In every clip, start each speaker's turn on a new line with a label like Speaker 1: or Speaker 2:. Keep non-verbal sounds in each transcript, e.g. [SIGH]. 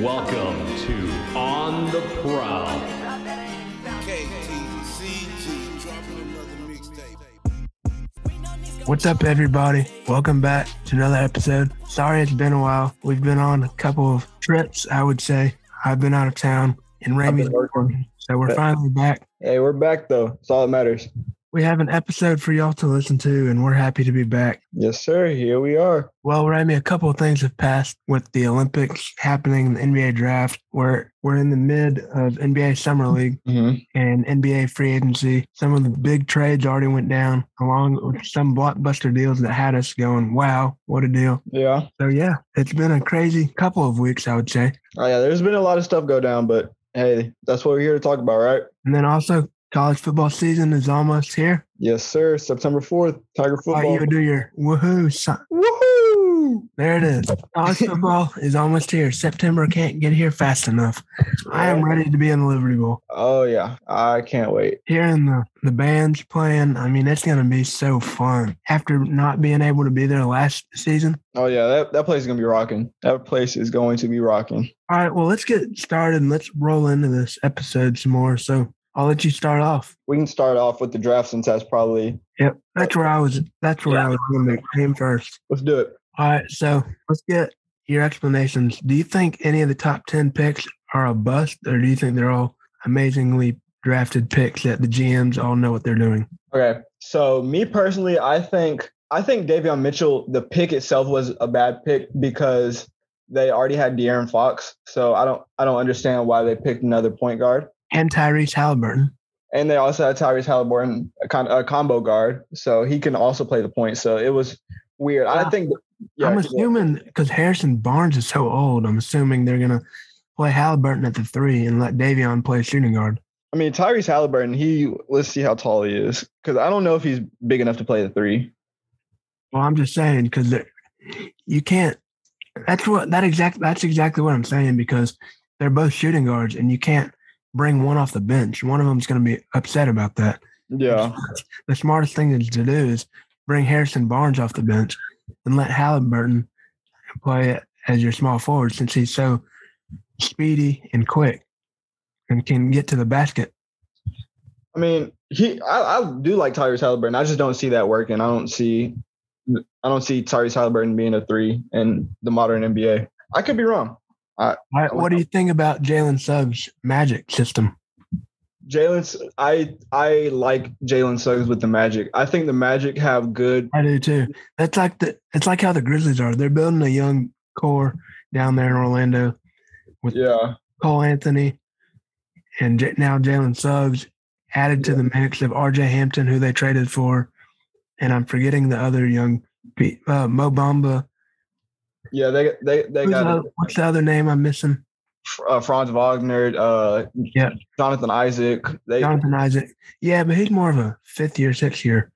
Speaker 1: Welcome to On the Prowl.
Speaker 2: KTCG dropping another mixtape.
Speaker 3: What's up, everybody? Welcome back to another episode. Sorry it's been a while. We've been on a couple of trips, I would say. I've been out of town in Ramey's,
Speaker 4: working.
Speaker 3: so we're finally back.
Speaker 4: Hey, we're back though. That's all that matters.
Speaker 3: We have an episode for y'all to listen to, and we're happy to be back.
Speaker 4: Yes, sir. Here we are.
Speaker 3: Well, Remy, a couple of things have passed with the Olympics happening, the NBA draft. We're we're in the mid of NBA summer league
Speaker 4: Mm-hmm.
Speaker 3: and NBA free agency. Some of the big trades already went down, along with some blockbuster deals that had us going, "Wow, what a deal!"
Speaker 4: Yeah.
Speaker 3: So yeah, it's been a crazy couple of weeks, I would say.
Speaker 4: Oh yeah. There's been a lot of stuff go down, but hey, that's what we're here to talk about, right?
Speaker 3: And then also college football season is almost here.
Speaker 4: Yes, sir. September fourth, Tiger
Speaker 3: Why don't
Speaker 4: football.
Speaker 3: you do your woohoo sign?
Speaker 4: Woohoo!
Speaker 3: There it
Speaker 4: [LAUGHS]
Speaker 3: is. College football is almost here. September can't get here fast enough. I am ready to be in the Liberty Bowl.
Speaker 4: Oh yeah. I can't wait.
Speaker 3: Hearing the, the bands playing, I mean, it's going to be so fun. After not being able to be there last season.
Speaker 4: Oh yeah. That that place is gonna be rocking. That place is going to be rocking.
Speaker 3: All right, well, let's get started and let's roll into this episode some more. So I'll let you start off.
Speaker 4: We can start off with the draft since that's probably
Speaker 3: Yep. That's where I was. That's where I was going to came first.
Speaker 4: let's do it.
Speaker 3: All right, so let's get your explanations. Do you think any of the top 10 picks are a bust, or do you think they're all amazingly drafted picks that the GMs all know what they're doing?
Speaker 4: Okay. So me personally, I think I think Davion Mitchell, the pick itself was a bad pick because they already had De'Aaron Fox. So I don't I don't understand why they picked another point guard.
Speaker 3: And Tyrese Halliburton.
Speaker 4: And they also had Tyrese Halliburton, a, con- a combo guard, so he can also play the point. So it was weird. I
Speaker 3: Wow.
Speaker 4: think. Yeah,
Speaker 3: I'm
Speaker 4: yeah.
Speaker 3: assuming because Harrison Barnes is so old, I'm assuming they're going to play Halliburton at the three and let Davion play shooting guard.
Speaker 4: I mean Tyrese Halliburton. He let's see how tall he is because I don't know if he's big enough to play the three.
Speaker 3: Well, I'm just saying because you can't. That's what that exact. That's exactly what I'm saying because they're both shooting guards, and you can't bring one off the bench. One of them's going to be upset about that.
Speaker 4: Yeah,
Speaker 3: The smartest thing is to do is bring Harrison Barnes off the bench and let Halliburton play as your small forward since he's so speedy and quick and can get to the basket.
Speaker 4: I mean he. I, I do like Tyrese Halliburton. I just don't see that working. I don't see. I don't see Tyrese Halliburton being a three in the modern NBA. I could be wrong.
Speaker 3: All right, what do you think about Jalen Suggs' magic system?
Speaker 4: Jalen's. I I like Jalen Suggs with the Magic. I think the Magic have good.
Speaker 3: I do too. That's like the it's like how the Grizzlies are. They're building a young core down there in Orlando.
Speaker 4: Yeah.
Speaker 3: Cole Anthony and J- now Jalen Suggs added to the mix of RJ Hampton, who they traded for, and I'm forgetting the other young pe- uh, Mo Bamba.
Speaker 4: Yeah, they they they
Speaker 3: Who's the
Speaker 4: got
Speaker 3: other- what's the other name I'm missing?
Speaker 4: uh, Franz Wagner, uh,
Speaker 3: Yeah.
Speaker 4: Jonathan Isaac. They,
Speaker 3: Jonathan Isaac. Yeah, but he's more of a fifth year, sixth year.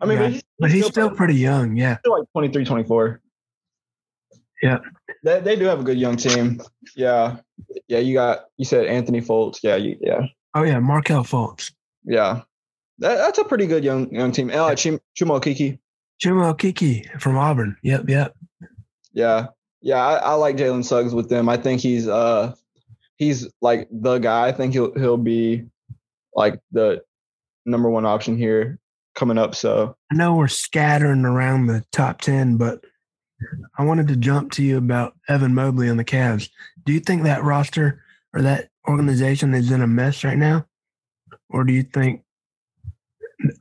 Speaker 4: I mean,
Speaker 3: guy.
Speaker 4: but he's,
Speaker 3: but he's still
Speaker 4: probably
Speaker 3: pretty young. Yeah.
Speaker 4: like 23, 24.
Speaker 3: Yeah.
Speaker 4: they they do have a good young team. Yeah, yeah. You got you said Anthony Fultz. Yeah, you, yeah,
Speaker 3: Oh yeah, Markel Fultz.
Speaker 4: yeah. That, that's a pretty good young young team. And uh, like Chum, Chumo Kiki.
Speaker 3: Chumo Kiki from Auburn. Yep, yep.
Speaker 4: Yeah, yeah. I, I like Jalen Suggs with them. I think he's uh he's like the guy. I think he'll he'll be like the number one option here coming up. So
Speaker 3: I know we're scattering around the top 10, but I wanted to jump to you about Evan Mobley and the Cavs. Do you think that roster or that organization is in a mess right now? Or do you think,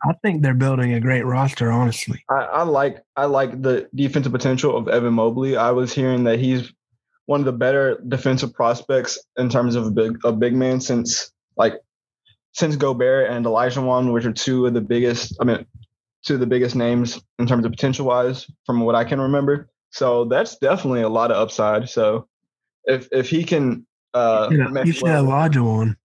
Speaker 3: I think they're building a great roster, honestly.
Speaker 4: I, I like I like the defensive potential of Evan Mobley. I was hearing that he's one of the better defensive prospects in terms of a big a big man since like since Gobert and Elijah Wan, which are two of the biggest I mean two of the biggest names in terms of potential wise from what I can remember. So that's definitely a lot of upside. So if if he can uh
Speaker 3: you know,
Speaker 4: mesh
Speaker 3: you said
Speaker 4: well-
Speaker 3: Olajuwon,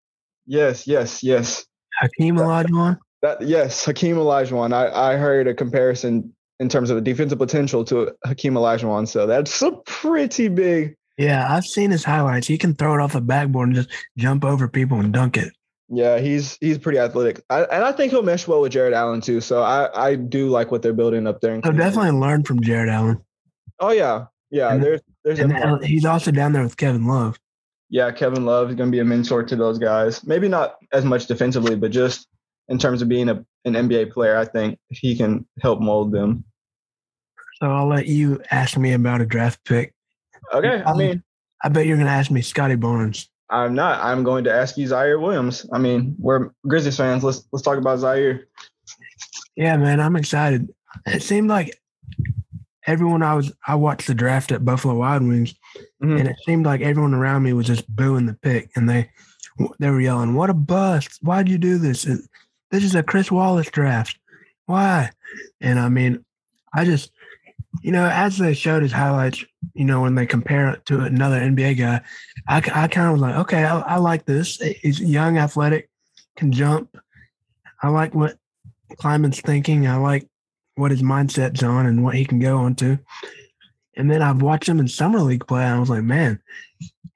Speaker 4: yes, yes, yes.
Speaker 3: Hakeem Olajuwon.
Speaker 4: That yes, Hakeem Olajuwon. I, I heard a comparison in terms of the defensive potential to Hakeem Olajuwon. So that's a pretty big.
Speaker 3: Yeah, I've seen his highlights. He can throw it off the backboard and just jump over people and dunk it.
Speaker 4: Yeah, he's he's pretty athletic, I, and I think he'll mesh well with Jared Allen too. So I I do like what they're building up there. in
Speaker 3: So
Speaker 4: Cleveland.
Speaker 3: definitely learn from Jared Allen.
Speaker 4: Oh yeah, Yeah,
Speaker 3: And-
Speaker 4: there's there's
Speaker 3: And
Speaker 4: definitely-
Speaker 3: that- he's also down there with Kevin Love.
Speaker 4: yeah, Kevin Love is going to be a mentor to those guys. Maybe not as much defensively, but just in terms of being a, an NBA player, I think he can help mold them.
Speaker 3: So I'll let you ask me about a draft pick.
Speaker 4: Okay, I mean,
Speaker 3: I bet you're going to ask me Scotty Barnes.
Speaker 4: I'm not. I'm going to ask you Zaire Williams. I mean, we're Grizzlies fans. Let's let's talk about Zaire.
Speaker 3: Yeah, man, I'm excited. It seemed like everyone I was I watched the draft at Buffalo Wild Wings,
Speaker 4: Mhm.
Speaker 3: and it seemed like everyone around me was just booing the pick, and they they were yelling, "What a bust! Why'd you do this? It- This is a Chris Wallace draft. Why?" And I mean, I just you know, as they showed his highlights, you know, when they compare it to another NBA guy, I, I kind of was like, okay, I, I like this. He's young, athletic, can jump. I like what Kleiman's thinking. I like what his mindset's on and what he can go on to. And then I've watched him in summer league play, and I was like, man,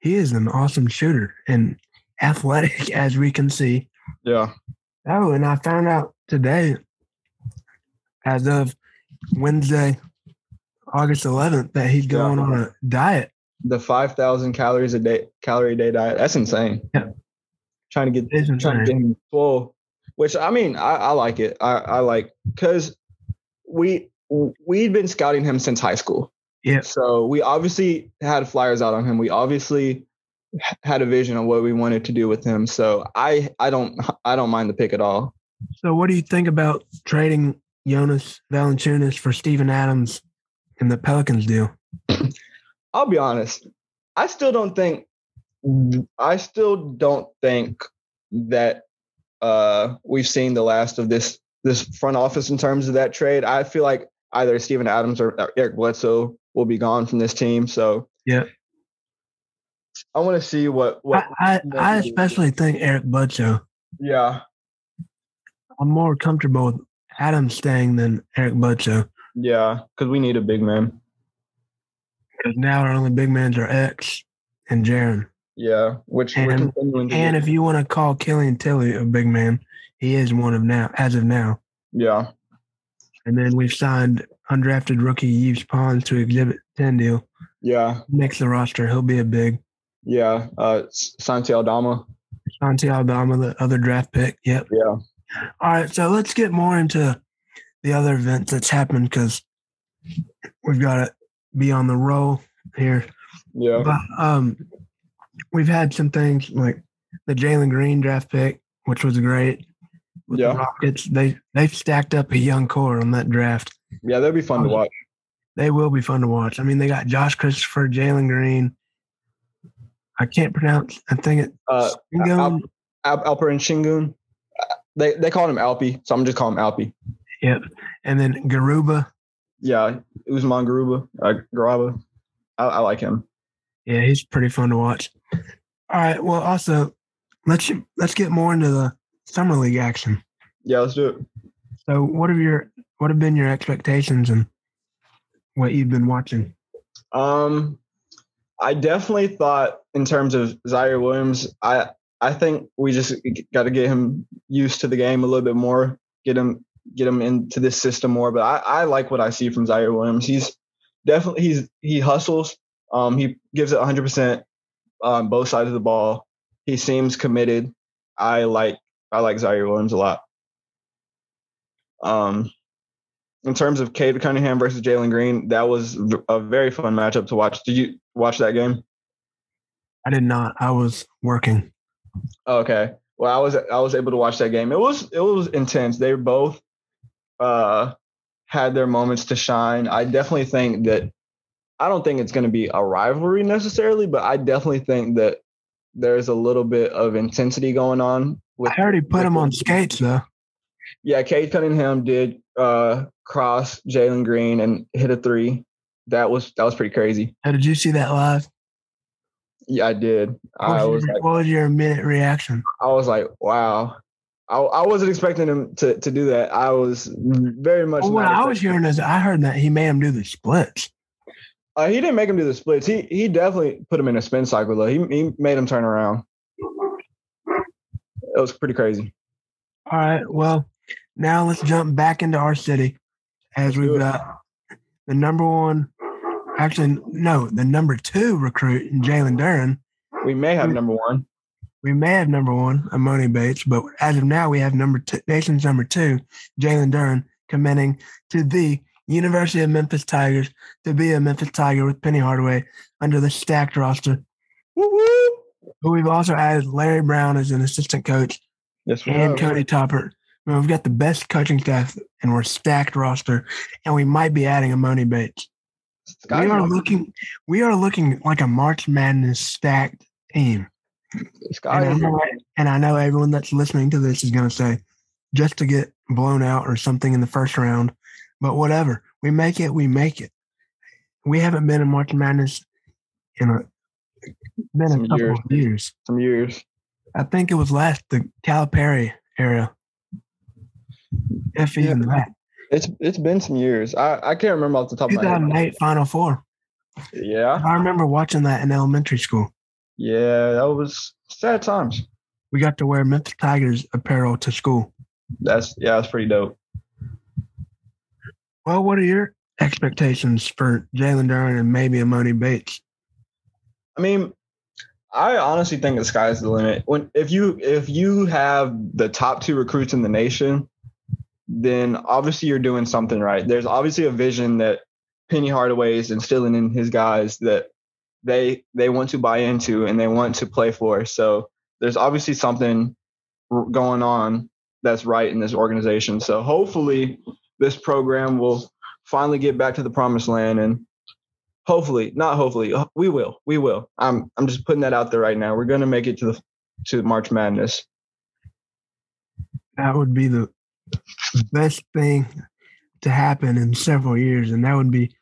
Speaker 3: he is an awesome shooter and athletic [LAUGHS] as we can see.
Speaker 4: Yeah,
Speaker 3: Oh, and I found out today, as of Wednesday, August 11th, that he's going
Speaker 4: Yeah.
Speaker 3: on a diet.
Speaker 4: the 5,000 calories a day calorie a day diet. That's insane.
Speaker 3: Yeah.
Speaker 4: Trying to get
Speaker 3: It is
Speaker 4: trying to get
Speaker 3: insane.
Speaker 4: him full, which I mean, I, I like it. I, I like because we we'd been scouting him since high school.
Speaker 3: Yeah.
Speaker 4: So we obviously had flyers out on him. We obviously had a vision of what we wanted to do with him. So I I don't I don't mind the pick at all.
Speaker 3: So, what do you think about trading Jonas Valanciunas for Steven Adams in the Pelicans deal?
Speaker 4: I'll be honest. I still don't think I still don't think that uh we've seen the last of this this front office in terms of that trade. I feel like either Steven Adams or uh, Eric Bledsoe will be gone from this team. So
Speaker 3: Yeah.
Speaker 4: I want to see what what
Speaker 3: I,
Speaker 4: what-
Speaker 3: I, I especially think Eric Bledsoe.
Speaker 4: yeah
Speaker 3: I'm more comfortable with Adams staying than Eric Bledsoe
Speaker 4: yeah because we need a big man.
Speaker 3: because now our only big men are X and Jaron.
Speaker 4: Yeah, which we're
Speaker 3: And-
Speaker 4: continuing to
Speaker 3: And
Speaker 4: do.
Speaker 3: if you want to call Killian Tilly a big man, he is one of now as of now.
Speaker 4: yeah
Speaker 3: And then we've signed undrafted rookie Yves Pons to Exhibit 10 deal.
Speaker 4: yeah
Speaker 3: Makes the roster. He'll be a big.
Speaker 4: yeah uh Santi Aldama
Speaker 3: Santi Aldama, the other draft pick. Yep.
Speaker 4: yeah
Speaker 3: All right. So let's get more into the other events that's happened because we've got to be on the roll here.
Speaker 4: yeah
Speaker 3: But um, we've had some things like the Jalen Green draft pick, which was great. With
Speaker 4: Yeah.
Speaker 3: the Rockets, they they've stacked up a young core on that draft.
Speaker 4: yeah that'd be fun to watch.
Speaker 3: They will be fun to watch. I mean, they got Josh Christopher, Jalen Green. I can't pronounce. I think it.
Speaker 4: uh,
Speaker 3: Singo-
Speaker 4: Al- Al- Alper and Shingun. Uh, They they called him Alpi, so I'm just calling him Alpi.
Speaker 3: and then Garuba.
Speaker 4: Yeah, Usman Garuba, uh, Garaba. I, I like him.
Speaker 3: Yeah, he's pretty fun to watch. All right. Well, also, let's let's get more into the summer league action.
Speaker 4: Yeah, let's do it.
Speaker 3: So, what have your what have been your expectations and what you've been watching?
Speaker 4: Um, I definitely thought in terms of Zaire Williams, I I think we just got to get him used to the game a little bit more, get him get him into this system more. But I I like what I see from Zaire Williams. He's definitely he's he hustles. Um, he gives it 100 percent on both sides of the ball. He seems committed. I like I like Zaire Williams a lot. Um, in terms of Cade Cunningham versus Jalen Green, that was v- a very fun matchup to watch. Did you watch that game?
Speaker 3: I did not. I was working.
Speaker 4: Oh, Okay. Well, I was I was able to watch that game. It was it was intense. They both uh had their moments to shine. I definitely think that I don't think it's going to be a rivalry necessarily, but I definitely think that there's a little bit of intensity going on with
Speaker 3: I already put him on skates though.
Speaker 4: Yeah, Cade Cunningham did uh cross Jalen Green and hit a 3. That was that was pretty crazy.
Speaker 3: Now, did you see that live?
Speaker 4: Yeah, I
Speaker 3: Oh,
Speaker 4: did. I
Speaker 3: what,
Speaker 4: was
Speaker 3: was your,
Speaker 4: like,
Speaker 3: what was your minute reaction?
Speaker 4: I was like, wow. I, I wasn't expecting him to, to do that. I was very much.
Speaker 3: Well, what
Speaker 4: not
Speaker 3: Oh, I was
Speaker 4: expecting-
Speaker 3: hearing is I heard that he made him do the splits.
Speaker 4: Uh, he didn't make him do the splits. He he definitely put him in a spin cycle though. He he made him turn around. It was pretty crazy.
Speaker 3: All right. Well, now let's jump back into our city as
Speaker 4: do
Speaker 3: we've
Speaker 4: it.
Speaker 3: got the number one Actually, no, the number two recruit, Jalen Duran.
Speaker 4: We may have number one.
Speaker 3: We may have number one, Amoni Bates, but as of now, we have number two, nation's number two, Jalen Duran, committing to the University of Memphis Tigers to be a Memphis Tiger with Penny Hardaway under the stacked roster. But we've also added Larry Brown as an assistant coach
Speaker 4: Yes, we
Speaker 3: and
Speaker 4: have.
Speaker 3: Cody Topper. I mean, we've got the best coaching staff and we're stacked roster, and we might be adding Amoni Bates.
Speaker 4: Scott
Speaker 3: we are
Speaker 4: Young.
Speaker 3: looking we are looking like a March Madness stacked team.
Speaker 4: Scott
Speaker 3: and, I
Speaker 4: Young.
Speaker 3: know, e, and I know everyone that's listening to this is gonna say, just to get blown out or something in the first round. But whatever. We make it, we make it. We haven't been in March Madness in a been
Speaker 4: Some
Speaker 3: a couple
Speaker 4: years.
Speaker 3: of years.
Speaker 4: some years.
Speaker 3: I think it was last the Calipari era. If
Speaker 4: Yeah.
Speaker 3: even that.
Speaker 4: It's it's been some years. I, I can't remember off the top of my head.
Speaker 3: 2008 Final Four.
Speaker 4: Yeah,
Speaker 3: I remember watching that in elementary school.
Speaker 4: yeah, that was sad times.
Speaker 3: we got to wear Memphis Tigers apparel to school.
Speaker 4: That's yeah, that's pretty dope.
Speaker 3: Well, what are your expectations for Jalen Duran and maybe Amoni Bates?
Speaker 4: I mean, I honestly think the sky's the limit. When if you if you have the top two recruits in the nation, then obviously you're doing something right. There's obviously a vision that Penny Hardaway is instilling in his guys that they they want to buy into and they want to play for. So there's obviously something r- going on that's right in this organization. So hopefully this program will finally get back to the promised land and hopefully not hopefully uh, we will we will i'm i'm just putting that out there right now we're going to make it to the to march madness
Speaker 3: That would be the best thing to happen in several years, and that would be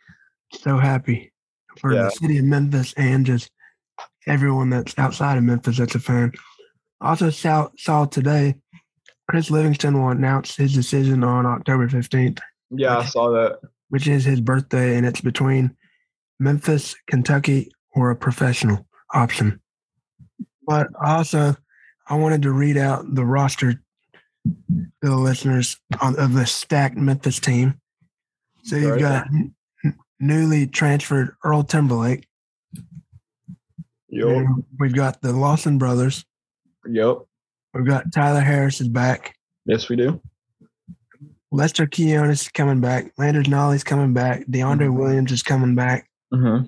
Speaker 3: so happy for
Speaker 4: Yeah.
Speaker 3: the city of Memphis and just everyone that's outside of Memphis that's a fan. Also, saw, saw today Chris Livingston will announce his decision on October 15th.
Speaker 4: yeah i saw that
Speaker 3: which is his birthday, and it's between Memphis, Kentucky, or a professional option. But also, I wanted to read out the roster to the listeners on, of the stacked Memphis team. So you've
Speaker 4: Right.
Speaker 3: got n- n- newly transferred Earl Timberlake.
Speaker 4: yep
Speaker 3: Then We've got the Lawson brothers.
Speaker 4: yep
Speaker 3: We've got Tyler Harris is back.
Speaker 4: Mm-hmm. yes we do
Speaker 3: Lester Keonis is coming back. Landers Nolly's coming back. DeAndre Williams is coming back.
Speaker 4: hmm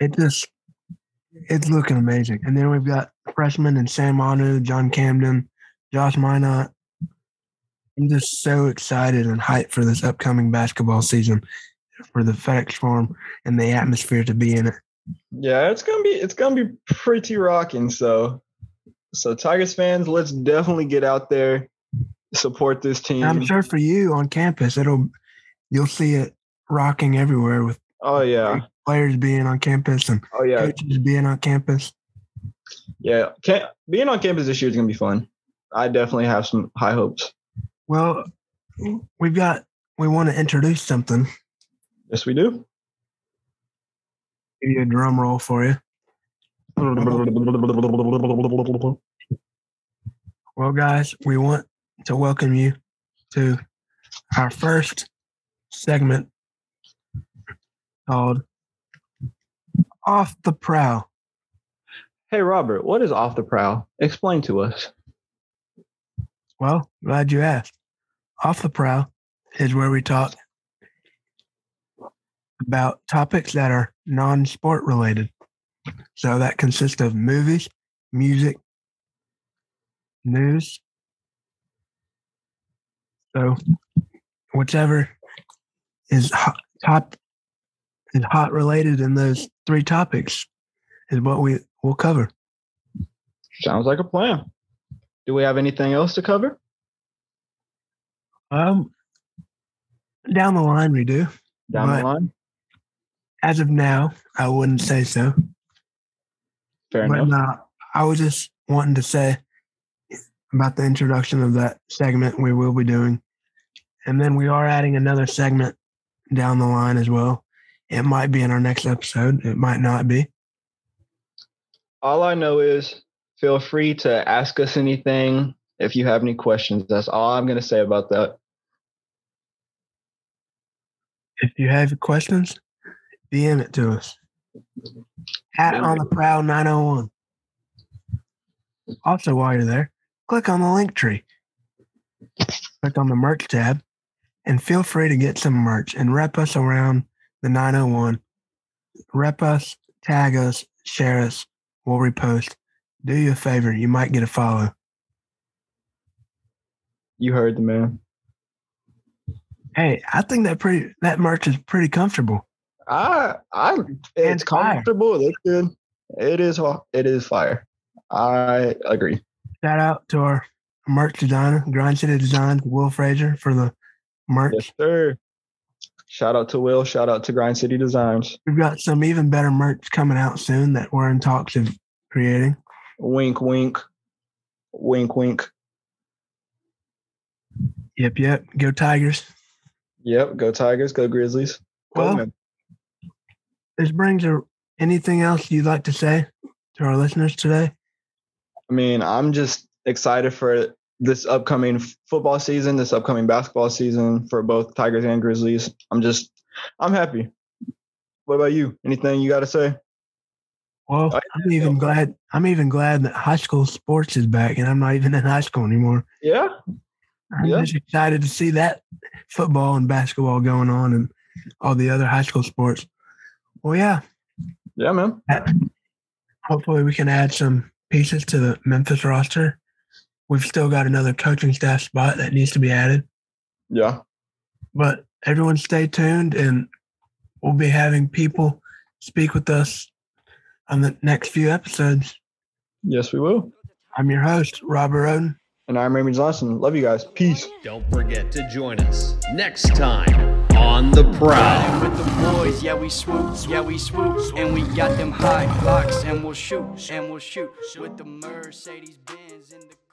Speaker 3: it just it's looking amazing. And then we've got freshmen and Sam Anu, John Camden, Josh Minot. I'm just so excited and hyped for this upcoming basketball season, for the FedEx Forum and the atmosphere to be in it.
Speaker 4: yeah it's gonna be it's gonna be pretty rocking so so tigers fans let's definitely get out there support this team
Speaker 3: And I'm sure for you on campus, it'll you'll see it rocking everywhere with
Speaker 4: oh yeah
Speaker 3: players being on campus and
Speaker 4: oh yeah
Speaker 3: coaches being on campus.
Speaker 4: yeah Can, being on campus this year is gonna be fun i definitely have some high hopes
Speaker 3: Well, we've got we want to introduce something.
Speaker 4: yes we do
Speaker 3: Give you a drum roll for you. Well, guys, we want to welcome you to our first segment called Off the Prowl.
Speaker 4: Hey Robert, what is off the prowl? Explain to us.
Speaker 3: Well, glad you asked. Off the Prowl is where we talk about topics that are non sport related. So that consists of movies, music, news. So whichever is hot, top is hot related in those three topics is what we will cover.
Speaker 4: Sounds like a plan. Do we have anything else to cover?
Speaker 3: Um, down the line we do.
Speaker 4: Down
Speaker 3: Right.
Speaker 4: the line.
Speaker 3: As of now, I wouldn't say so.
Speaker 4: Fair
Speaker 3: but
Speaker 4: enough.
Speaker 3: uh, I was just wanting to say about the introduction of that segment we will be doing. And then we are adding another segment down the line as well. It might be in our next episode. It might not be.
Speaker 4: All I know is feel free to ask us anything if you have any questions. That's all I'm gonna say about that.
Speaker 3: If you have questions, DM it to us. At on the prowl 901. Also, while you're there, click on the link tree. Click on the merch tab and feel free to get some merch and rep us around the 901. Rep us, tag us, share us. We'll repost. Do you a favor. You might get a follow.
Speaker 4: You heard the man.
Speaker 3: Hey, I think that pretty that merch is pretty comfortable.
Speaker 4: I I
Speaker 3: And
Speaker 4: it's
Speaker 3: fire.
Speaker 4: comfortable. It looks good. It is ho- it is fire. I agree.
Speaker 3: Shout out to our merch designer, Grind City Designs, Will Fraser for the merch.
Speaker 4: Yes, sir. Shout out to Will. Shout out to Grind City Designs.
Speaker 3: We've got some even better merch coming out soon that we're in talks of creating.
Speaker 4: Wink, wink, wink, wink.
Speaker 3: Yep, yep. Go Tigers.
Speaker 4: Yep. Go Tigers. Go Grizzlies. Go
Speaker 3: Well,
Speaker 4: men.
Speaker 3: this brings a, anything else you'd like to say to our listeners today?
Speaker 4: I mean, I'm just excited for this upcoming f- football season, this upcoming basketball season for both Tigers and Grizzlies. I'm just, I'm happy. What about you? Anything you got to say?
Speaker 3: Well,
Speaker 4: I-
Speaker 3: I'm even glad I'm even glad that high school sports is back and I'm not even in high school anymore.
Speaker 4: Yeah.
Speaker 3: I'm
Speaker 4: Yeah.
Speaker 3: just excited to see that football and basketball going on and all the other high school sports. Well, yeah,
Speaker 4: Yeah, man.
Speaker 3: hopefully we can add some pieces to the Memphis roster. We've still got another coaching staff spot that needs to be added.
Speaker 4: Yeah.
Speaker 3: But everyone stay tuned and we'll be having people speak with us on the next few episodes.
Speaker 4: Yes, we will.
Speaker 3: I'm your host, Robert Roden.
Speaker 4: And I'm Raymond Johnson. Love you guys. Peace.
Speaker 1: Don't forget to join us next time on the prowl.
Speaker 5: With the boys, yeah we swoop, yeah we swoop, and we got them high blocks, and we'll shoot, and we'll shoot with the Mercedes Benz in the.